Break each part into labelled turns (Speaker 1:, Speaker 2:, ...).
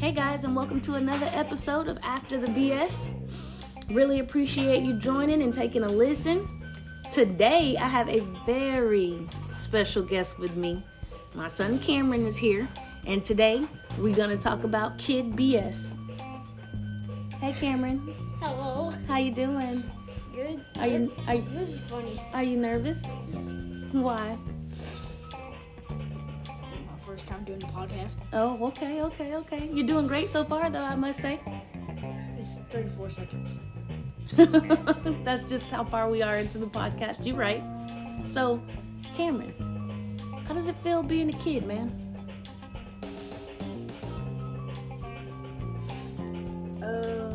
Speaker 1: and welcome to another episode of After the BS. Really appreciate you joining and taking a listen. Today, I have a very special guest with me. My son Cameron is here, and today we're going to talk about kid BS. Hey Cameron,
Speaker 2: Hello.
Speaker 1: how you doing?
Speaker 2: Good.
Speaker 1: Are you are you,
Speaker 2: This is funny.
Speaker 1: are you nervous? Why?
Speaker 2: My first time doing a podcast.
Speaker 1: Oh, okay, okay, okay. You're doing great so far, though I must say.
Speaker 2: It's 34 seconds.
Speaker 1: That's just how far we are into the podcast. You're right. So, Cameron, how does it feel being a kid, man?
Speaker 2: Uh.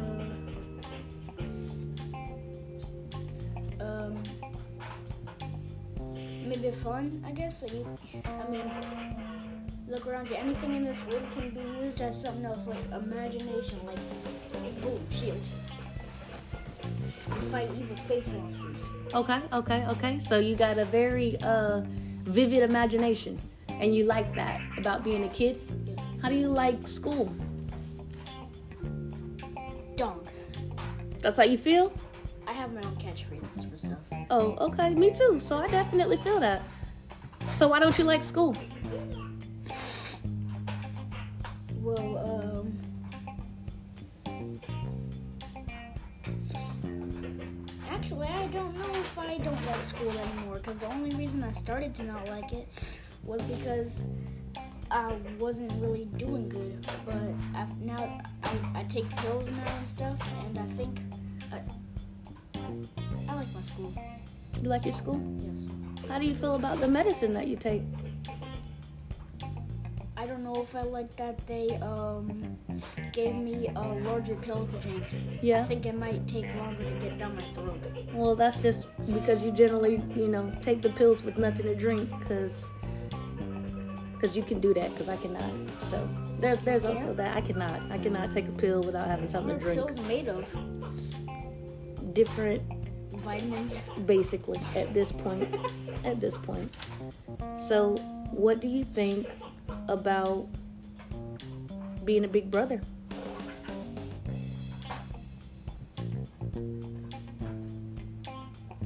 Speaker 2: Um. Maybe fun, I guess. Like, you, I mean, look around you. Anything in this world can be used as something else, like imagination, like a boom, shield. You fight evil space monsters.
Speaker 1: Okay, okay, okay. So you got a very uh, vivid imagination, and you like that about being a kid. How do you like school?
Speaker 2: Dunk.
Speaker 1: That's how you feel?
Speaker 2: I have my own catchphrases for stuff.
Speaker 1: Oh, okay. Me too. So I definitely feel that. So why don't you like school?
Speaker 2: Well, um. Actually, I don't know if I don't like school anymore because the only reason I started to not like it was because I wasn't really doing good. But I've, now I, I take pills now and stuff, and I think I, I like my school.
Speaker 1: You like your school?
Speaker 2: Yes.
Speaker 1: How do you feel about the medicine that you take?
Speaker 2: I don't know if I like that they um, gave me a larger pill to take. I
Speaker 1: Yeah.
Speaker 2: think it might take longer to get down my throat.
Speaker 1: Well, that's just because you generally, you know, take the pills with nothing to drink, cause, 'cause you can do that, cause I cannot. So there, there's also
Speaker 2: Yeah.
Speaker 1: that I cannot. I cannot take a pill without having
Speaker 2: What
Speaker 1: something
Speaker 2: are
Speaker 1: to drink.
Speaker 2: pills made of?
Speaker 1: Different,
Speaker 2: Vitamins.
Speaker 1: basically, at this point. at this point. So, what do you think about being a big brother?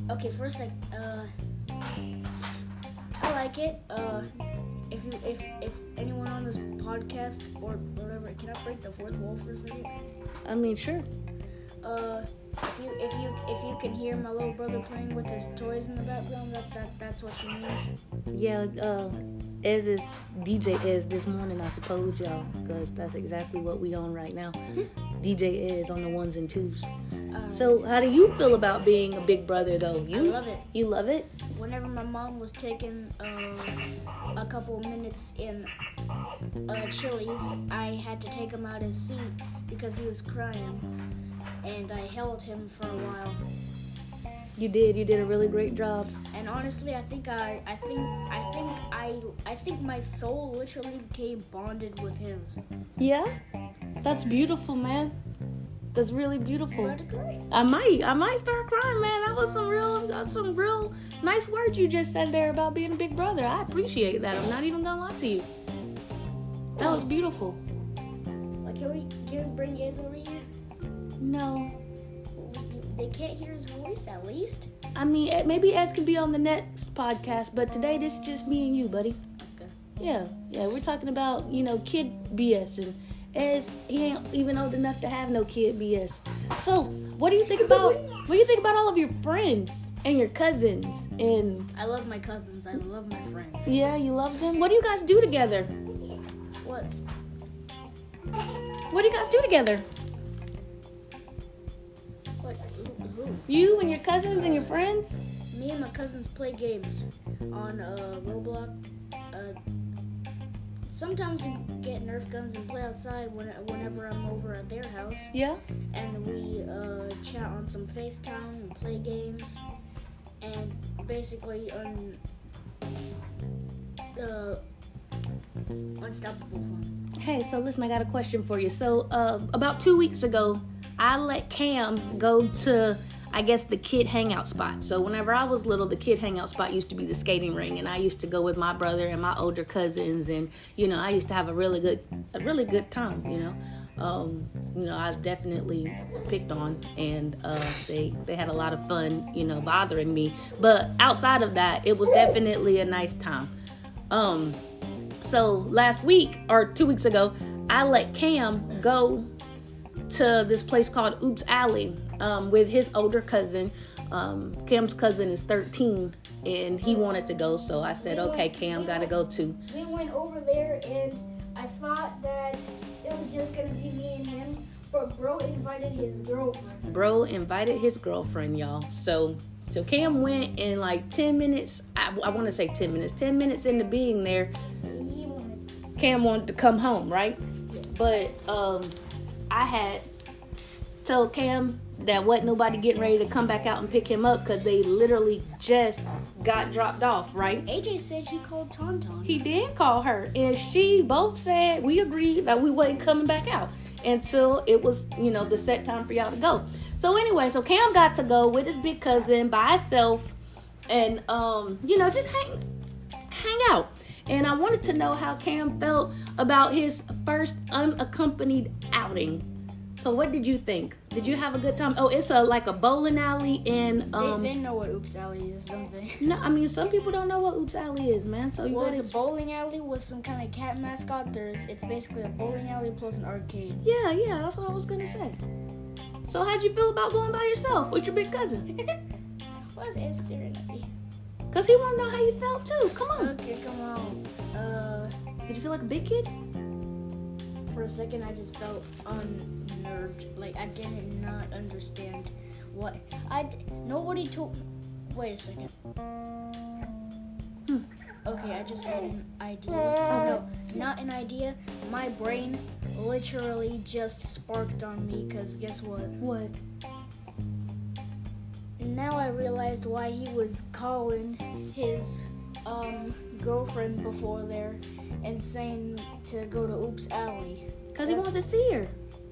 Speaker 2: Okay, first, like, uh, I like it. Uh, if you, if, if anyone on this podcast or whatever, can I break the fourth wall for a second?
Speaker 1: I mean, sure.
Speaker 2: Uh, if you, if you, if you can hear my little brother playing with his toys in the background, that's that, that's what she means.
Speaker 1: Yeah, uh, Ez is DJ Ez this morning, I suppose, y'all, because that's exactly what we on right now. DJ Ez on the ones and twos.
Speaker 2: Uh,
Speaker 1: So, how do you feel about being a big brother, though? You
Speaker 2: I love it.
Speaker 1: You love it?
Speaker 2: whenever my mom was taking uh, a couple minutes in uh, Chili's, I had to take him out of his seat because he was crying, and I held him for a while.
Speaker 1: You did. You did a really great job.
Speaker 2: And honestly, I think I, I think, I think I, I think my soul literally became bonded with his.
Speaker 1: Yeah, that's beautiful, man. That's really beautiful.
Speaker 2: Not to cry.
Speaker 1: I might, I might start crying, man. That was some real, that's some real nice words you just said there about being a big brother. I appreciate that. I'm not even gonna lie to you. That was beautiful.
Speaker 2: Like, can we, can we bring Gaze over here?
Speaker 1: No,
Speaker 2: We, they can't hear his voice, at least.
Speaker 1: I mean, eh, maybe Ez can be on the next podcast, but today this is just me and you, buddy.
Speaker 2: Okay.
Speaker 1: Yeah, yeah, we're talking about you know kid BS and Ez he ain't even old enough to have no kid BS. So, what do you think about what do you think about all of your friends and your cousins and
Speaker 2: I love my cousins. I love my friends.
Speaker 1: yeah, you love them? What do you guys do together?
Speaker 2: What?
Speaker 1: What do you guys do together?
Speaker 2: What? Who? who?
Speaker 1: You and your cousins and your friends?
Speaker 2: Me and my cousins play games on uh, Roblox. Uh, sometimes we get Nerf guns and play outside when, whenever I'm over at their house,
Speaker 1: Yeah.
Speaker 2: and we uh, chat on some FaceTime and play games, and basically un, uh, unstoppable fun.
Speaker 1: Hey, so listen, I got a question for you. So, uh, about two weeks ago, I let Cam go to, I guess, the kid hangout spot. So, whenever I was little, the kid hangout spot used to be the skating ring, and I used to go with my brother and my older cousins, and you know, I used to have a really good, a really good time, you know. um, you know, I was definitely picked on, and uh, they they had a lot of fun, you know, bothering me. But outside of that, it was definitely a nice time. Um, so last week or two weeks ago, I let Cam go to this place called Oops Alley um, with his older cousin. Um, Cam's cousin is 13, and he wanted to go, so I said, "Okay, Cam, gotta go too."
Speaker 3: We went over there and I thought that it was just gonna be me and him, but bro invited his girlfriend.
Speaker 1: bro invited his girlfriend y'all so so cam went in like 10 minutes i, I want to say 10 minutes 10 minutes into being there
Speaker 3: He wanted to
Speaker 1: cam wanted to come home right but um i had told cam that wasn't nobody getting ready to come back out and pick him up because they literally just got dropped off right
Speaker 2: AJ said he called Tauntaun.
Speaker 1: he did call her and she both said we agreed that we wasn't coming back out until it was you know the set time for y'all to go so anyway so cam got to go with his big cousin by himself and um you know just hang hang out and i wanted to know how cam felt about his first unaccompanied outing so what did you think did you have a good time oh it's a like a bowling alley in
Speaker 2: they
Speaker 1: um
Speaker 2: didn't know what Oops Alley is, don't they?
Speaker 1: no i mean some people don't know what oops alley is man so you
Speaker 2: Well,
Speaker 1: gotta
Speaker 2: it's a bowling alley with some kind of cat mascot. There's, it's basically a bowling alley plus an arcade.
Speaker 1: Yeah, yeah, that's what I was gonna say. So how'd you feel about going by yourself with your big cousin?
Speaker 2: What's Ed staring at me?
Speaker 1: Cause he wanna know how you felt too. Come on.
Speaker 2: Okay, come on. Uh,
Speaker 1: Did you feel like a big kid?
Speaker 2: for a second, I just felt unnerved. Like I did not understand what I. D- nobody told. Wait a second. Hmm. Okay, I just had an idea. No, not an idea. My brain literally just sparked on me. Cause guess what?
Speaker 1: What?
Speaker 2: Now I realized why he was calling his um, girlfriend before there and saying to go to Oops Alley.
Speaker 1: Cause he wanted to see her.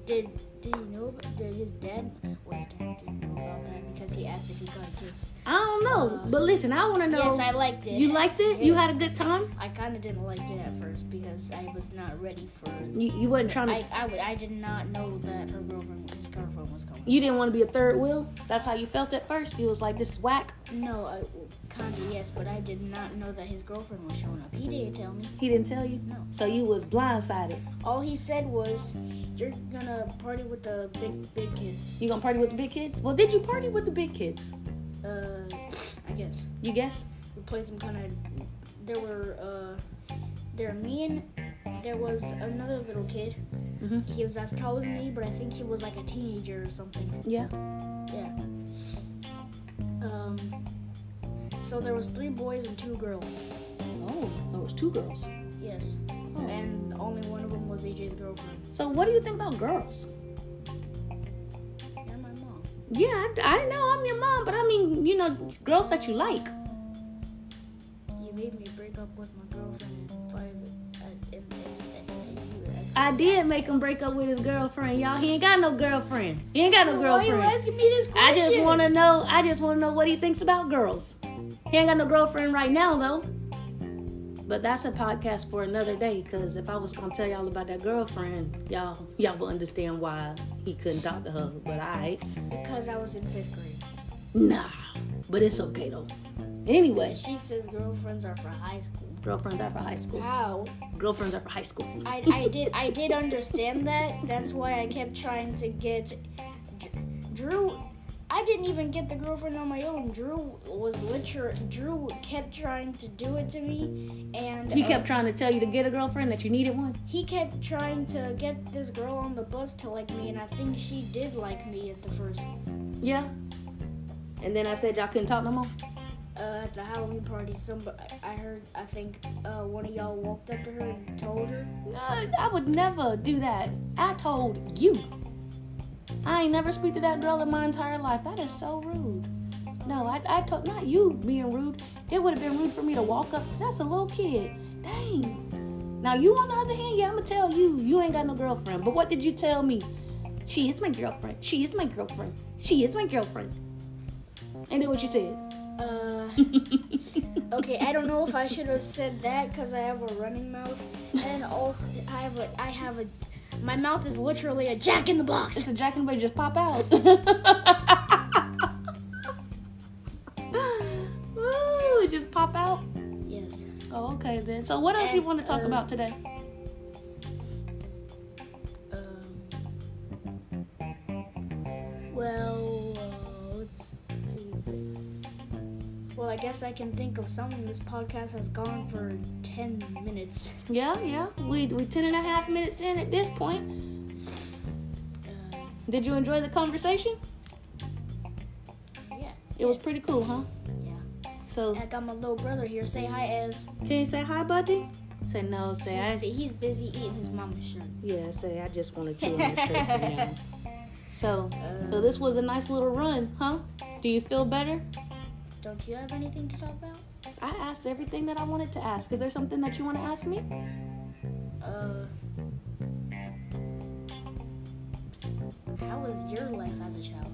Speaker 2: Did did he know? Did his dad? Well, his dad didn't know about that because he asked if he got a kiss.
Speaker 1: I don't know. But listen, I wanna know.
Speaker 2: Yes, I liked it.
Speaker 1: you liked it? You
Speaker 2: Yes.
Speaker 1: had a good time?
Speaker 2: I kind of didn't like it at first because I was not ready for.
Speaker 1: You you wasn't trying to
Speaker 2: I, I, w- I did not know that her girlfriend, his girlfriend, was coming.
Speaker 1: you didn't want to be a third wheel? That's how you felt at first? You was like, this is whack?
Speaker 2: No, I, kind of yes, but I did not know that his girlfriend was showing up. He didn't tell me.
Speaker 1: He didn't tell you?
Speaker 2: No.
Speaker 1: So you was blindsided.
Speaker 2: All he said was, "You're gonna party with the big big kids."
Speaker 1: You gonna party with the big kids? Well, did you party with the big kids?
Speaker 2: Uh, I guess
Speaker 1: You guess?
Speaker 2: we played some kind of. There were uh, there were me and there was another little kid.
Speaker 1: Mhm.
Speaker 2: He was as tall as me, but I think he was like a teenager or something.
Speaker 1: Yeah.
Speaker 2: Yeah. Um. So there was three boys and two girls.
Speaker 1: Oh, there was two girls.
Speaker 2: Yes.
Speaker 1: Oh.
Speaker 2: And only one of them was AJ's girlfriend.
Speaker 1: So what do you think about girls?
Speaker 2: And my mom.
Speaker 1: Yeah, I, I know I'm your mom, but I mean, you know, girls that you like.
Speaker 2: You made me break up with my girlfriend at five. At, and, and, and, and you were at
Speaker 1: I did make him break up with his girlfriend, y'all. He ain't got no girlfriend. He ain't got no
Speaker 2: Why are you
Speaker 1: girlfriend.
Speaker 2: asking me this question?
Speaker 1: I just want to know. I just want to know what he thinks about girls. He ain't got no girlfriend right now though. But that's a podcast for another day. Cause if I was gonna tell y'all about that girlfriend, y'all y'all will understand why he couldn't talk to her. But I
Speaker 2: because I was in fifth grade.
Speaker 1: nah. But it's okay though. Anyway,
Speaker 2: She says girlfriends are for high school.
Speaker 1: girlfriends are for high school.
Speaker 2: Wow.
Speaker 1: Girlfriends are for high school.
Speaker 2: I, I did I did understand that. That's why I kept trying to get Dr- Drew. I didn't even get the girlfriend on my own. Drew was literally Drew kept trying to do it to me, and
Speaker 1: He
Speaker 2: uh,
Speaker 1: kept trying to tell you to get a girlfriend that you needed one.
Speaker 2: he kept trying to get this girl on the bus to like me, and I think she did like me at the first
Speaker 1: Yeah. And then I said y'all couldn't talk no more.
Speaker 2: uh, at the Halloween party, somebody I heard I think uh, one of y'all walked up to her and told her.
Speaker 1: No, Uh, I would never do that. I told you. I ain't never speak to that girl in my entire life. That is so rude. No, I, I told not you being rude. It would have been rude for me to walk up. 'cause That's a little kid. Dang. Now you on the other hand, yeah, I'ma tell you, you ain't got no girlfriend. But what did you tell me? She is my girlfriend. She is my girlfriend. She is my girlfriend. And then what you said?
Speaker 2: Uh, okay, I don't know if I should have said that because I have a running mouth, and also I have a I have a My mouth is literally a jack in the box.
Speaker 1: It's a jack and Bay just pop out. Woo, Oh, it just pop out.
Speaker 2: Yes.
Speaker 1: Oh, okay then. So what else you
Speaker 2: And,
Speaker 1: want to talk
Speaker 2: uh,
Speaker 1: about today?
Speaker 2: Um, well, uh, let's see. Well, I guess I can think of something. This podcast has gone for 10 minutes.
Speaker 1: Yeah, yeah. We we ten and a half minutes in at this point.
Speaker 2: Uh,
Speaker 1: Did you enjoy the conversation?
Speaker 2: yeah,
Speaker 1: It was pretty cool, huh?
Speaker 2: yeah.
Speaker 1: So
Speaker 2: I got my little brother here. Say hi, Ez.
Speaker 1: can you say hi, buddy? Say no. Say
Speaker 2: He's,
Speaker 1: I.
Speaker 2: bu- he's busy eating his mama's shirt.
Speaker 1: Yeah. Say I just want to chew on your shirt for now. So so this was a nice little run, huh? Do you feel better?
Speaker 2: Don't you have anything to talk about?
Speaker 1: I asked everything that I wanted to ask. Is there something that you want to ask me?
Speaker 2: Uh, how was your life as a child?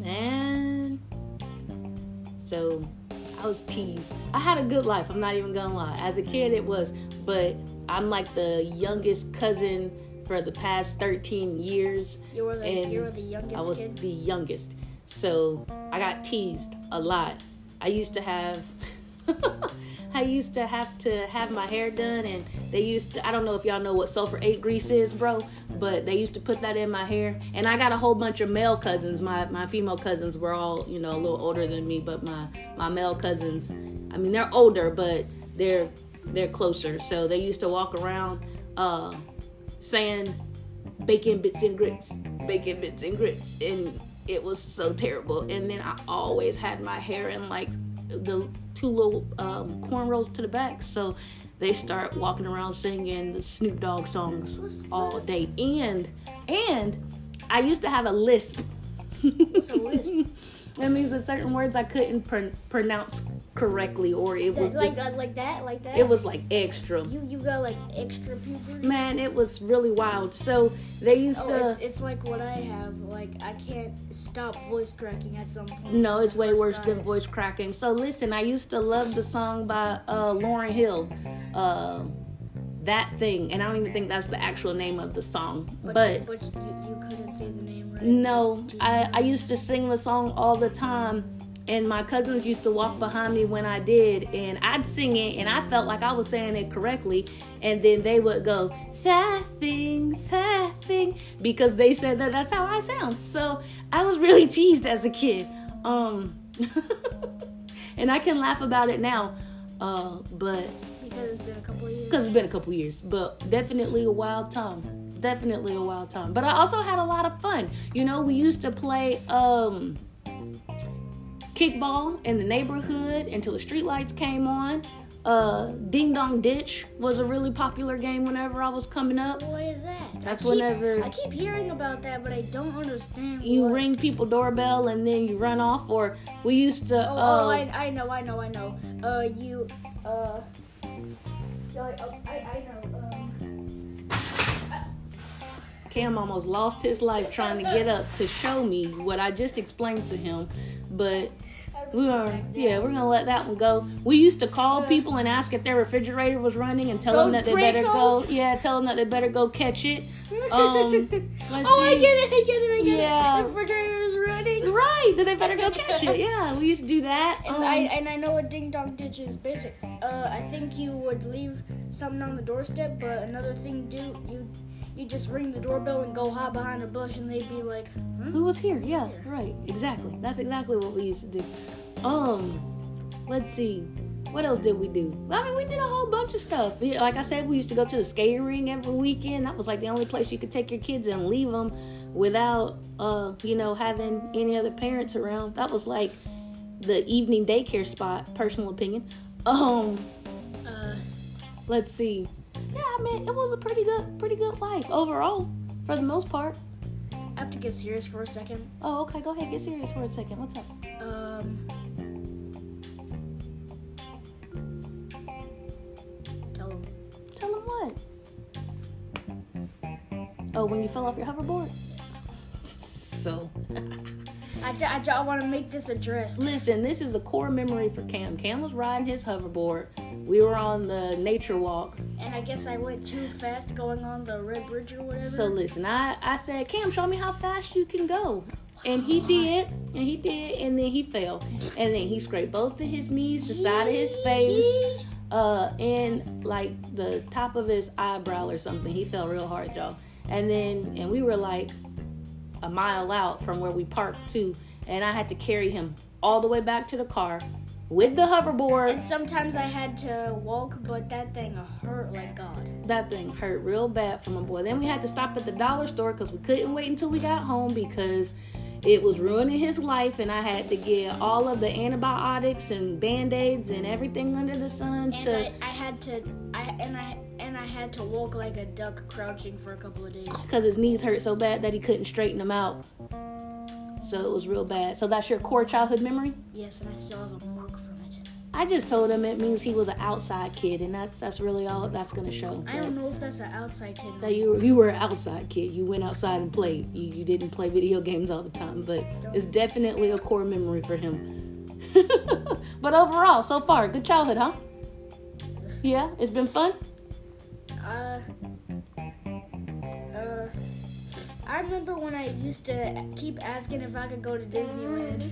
Speaker 1: Man. So I was teased. I had a good life, I'm not even gonna lie. As a kid, it was, but I'm like the youngest cousin for the past 13 years.
Speaker 2: You were the
Speaker 1: And
Speaker 2: you were the
Speaker 1: I
Speaker 2: youngest
Speaker 1: was
Speaker 2: kid.
Speaker 1: the youngest. So I got teased a lot. I used to have I used to have to have my hair done and they used to I don't know if y'all know what sulfur 8 grease is, bro, but they used to put that in my hair. And I got a whole bunch of male cousins. My my female cousins were all, you know, a little older than me, but my my male cousins, I mean they're older, but they're they're closer. So they used to walk around uh saying bacon bits and grits, bacon bits and grits, and it was so terrible. And then I always had my hair in like the two little um, cornrows to the back, so they start walking around singing the Snoop Dogg songs all day. And and I used to have a lisp. What's
Speaker 2: a lisp?
Speaker 1: That means that certain words I couldn't pr- pronounce correctly, or it was
Speaker 2: Just
Speaker 1: just
Speaker 2: like uh, like that, like that.
Speaker 1: it was like extra.
Speaker 2: you you got like extra puberty.
Speaker 1: Man, it was really wild. So they used
Speaker 2: oh,
Speaker 1: to.
Speaker 2: it's, it's like what I have. Like I can't stop voice cracking at some point.
Speaker 1: No, it's way
Speaker 2: First
Speaker 1: worse than
Speaker 2: time.
Speaker 1: voice cracking. So listen, I used to love the song by uh, Lauren Hill, uh, that thing, and I don't even think that's the actual name of the song. But,
Speaker 2: you, but you, you couldn't say the name right.
Speaker 1: no, I, I used to sing the song all the time, and my cousins used to walk behind me when I did, and I'd sing it, and I felt like I was saying it correctly, and then they would go faffing, faffing, because they said that that's how I sound. So I was really teased as a kid. Um, and I can laugh about it now, uh, but
Speaker 2: because it's been a couple of years.
Speaker 1: because it's been a couple years, but definitely a wild time. Definitely a wild time. But I also had a lot of fun. You know, we used to play um kickball in the neighborhood until the streetlights came on. Uh, Ding Dong Ditch was a really popular game whenever I was coming up.
Speaker 2: What is that?
Speaker 1: That's
Speaker 2: I keep,
Speaker 1: whenever-
Speaker 2: I keep hearing about that, but I don't understand.
Speaker 1: You
Speaker 2: what-
Speaker 1: ring people doorbell and then you run off, or we used to.
Speaker 2: Oh,
Speaker 1: uh,
Speaker 2: oh I, I know, I know, I know. Uh, you, uh,
Speaker 3: You're like, oh, I, I know. Um,
Speaker 1: Cam almost lost his life trying to get up to show me what I just explained to him, but we are yeah, we're gonna let that one go. We used to call people and ask if their refrigerator was running and tell them
Speaker 2: Those
Speaker 1: that they better go.
Speaker 2: Pringles?
Speaker 1: Yeah, tell them that they better go catch it. Um, let's
Speaker 2: oh, I
Speaker 1: see.
Speaker 2: get it, I get it, I get
Speaker 1: Yeah. Um.
Speaker 2: it. The refrigerator is running.
Speaker 1: Right, that they better go catch it. Yeah, we used to do that.
Speaker 2: And
Speaker 1: Um,
Speaker 2: I and I know what ding dong ditch is basic. Uh, I think you would leave something on the doorstep, but another thing, do you you just ring the doorbell and go hide behind a bush, and they'd be like, hmm?
Speaker 1: who was here? Yeah,
Speaker 2: here?
Speaker 1: right, exactly. That's exactly what we used to do. Um, let's see. What else did we do? I mean, we did a whole bunch of stuff. Yeah, Like I said, we used to go to the skating ring every weekend. That was like the only place you could take your kids and leave them without, uh, you know, having any other parents around. That was like the evening daycare spot. Personal opinion. Um,
Speaker 2: Uh,
Speaker 1: let's see. Yeah, I mean, it was a pretty good, pretty good life overall, for the most part.
Speaker 2: I have to get serious for a second.
Speaker 1: Oh, okay. Go ahead. Get serious for a second. What's up?
Speaker 2: Um. Tell him.
Speaker 1: Tell them what? Oh, when you fell off your hoverboard? So.
Speaker 2: I, ju- I, ju- I want to make this addressed.
Speaker 1: Listen, this is a core memory for Cam. Cam was riding his hoverboard. We were on the nature walk.
Speaker 2: and I guess I went too fast going on the red bridge or whatever.
Speaker 1: So listen, I, I said, Cam, show me how fast you can go. And he did, and he did, and then he fell. And then he scraped both of his knees, the side of his face, uh, and like the top of his eyebrow or something. He fell real hard, y'all. And then, and we were like a mile out from where we parked too. And I had to carry him all the way back to the car with the hoverboard.
Speaker 2: And sometimes I had to walk, but that thing hurt like God.
Speaker 1: That thing hurt real bad for my boy. Then we had to stop at the dollar store because we couldn't wait until we got home because it was ruining his life, and I had to get all of the antibiotics and band aids and everything under the sun
Speaker 2: And
Speaker 1: to
Speaker 2: I, I had to, I and I and I had to walk like a duck, crouching for a couple of days.
Speaker 1: because his knees hurt so bad that he couldn't straighten them out. So it was real bad. So that's your core childhood memory.
Speaker 2: Yes, and I still have a mark from it.
Speaker 1: I just told him it means he was an outside kid, and that's that's really all that's gonna show.
Speaker 2: I don't know if that's an outside kid.
Speaker 1: That you you were an outside kid. You went outside and played. You you didn't play video games all the time, but it's definitely a core memory for him. but overall, so far, good childhood, huh? Yeah, it's been fun.
Speaker 2: Uh, uh, I remember when I used to keep asking if I could go to Disneyland.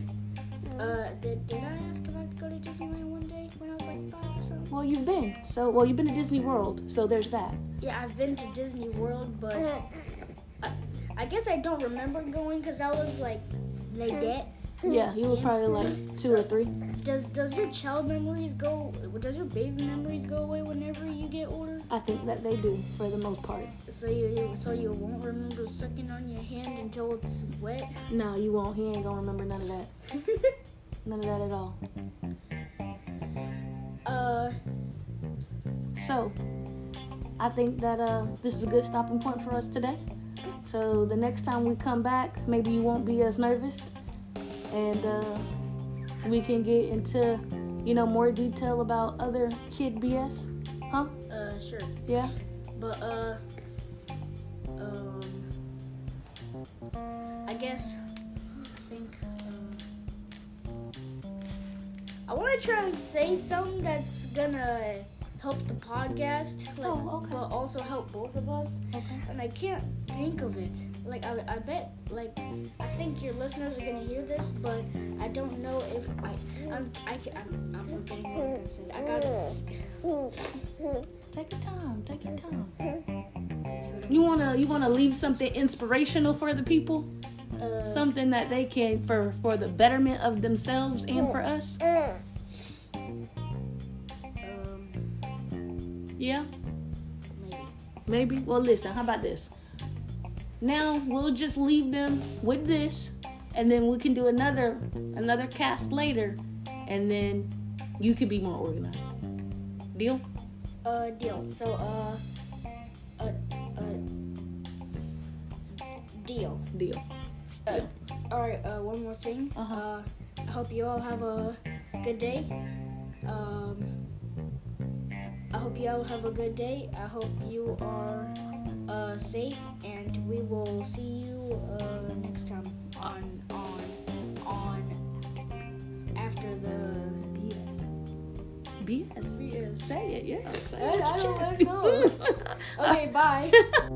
Speaker 2: Uh, did, did I ask if I could go to Disneyland one day when I was like five or something?
Speaker 1: Well, you've been so well. You've been to Disney World, so there's that.
Speaker 2: Yeah, I've been to Disney World, but I, I guess I don't remember going because I was like, like that.
Speaker 1: Yeah, you were probably like two or three.
Speaker 2: Does does your child memories go? Does your baby memories go away whenever you get older?
Speaker 1: I think that they do for the most part.
Speaker 2: So you you- so you won't remember sucking on your hand until it's wet.
Speaker 1: No, you won't. He ain't gonna remember none of that. None of that at all.
Speaker 2: uh.
Speaker 1: So, I think that uh, this is a good stopping point for us today. So, the next time we come back, maybe you won't be as nervous and uh, we can get into, you know, more detail about other kid BS. Huh?
Speaker 2: Uh, sure.
Speaker 1: Yeah?
Speaker 2: But, uh, um, I guess, I think, um, I want to try and say something that's gonna help the podcast, like,
Speaker 1: Oh, okay.
Speaker 2: but also help both of us.
Speaker 1: Okay.
Speaker 2: And I can't think of it. Like, I, I bet, like, I think your listeners are gonna hear this, but I don't know if I, I'm, I, ca- I'm, I'm forgetting what I'm gonna say. I gotta
Speaker 1: Take your time. Take your time.
Speaker 2: see what
Speaker 1: You wanna you wanna leave something inspirational for the people,
Speaker 2: I'm, uh,
Speaker 1: something that they can for for the betterment of themselves and for us.
Speaker 2: uh, um,
Speaker 1: Yeah.
Speaker 2: maybe.
Speaker 1: Maybe. Well, listen, how about this? Now we'll just leave them with this, and then we can do another another cast later, and then you could be more organized. Deal?
Speaker 2: Uh, deal. So, uh, uh, uh, deal.
Speaker 1: Deal.
Speaker 2: Uh, all right. Uh, one more thing.
Speaker 1: Uh-huh.
Speaker 2: Uh, I hope you all have a good day. Um, I hope you all have a good day. I hope you are uh safe, and we will see you uh next time on on on after the
Speaker 1: BS. BS.
Speaker 2: BS.
Speaker 1: Say it, yeah. Say
Speaker 2: I-
Speaker 1: it with
Speaker 2: I
Speaker 1: your
Speaker 2: don't- I
Speaker 1: chest.
Speaker 2: don't know. Okay. bye.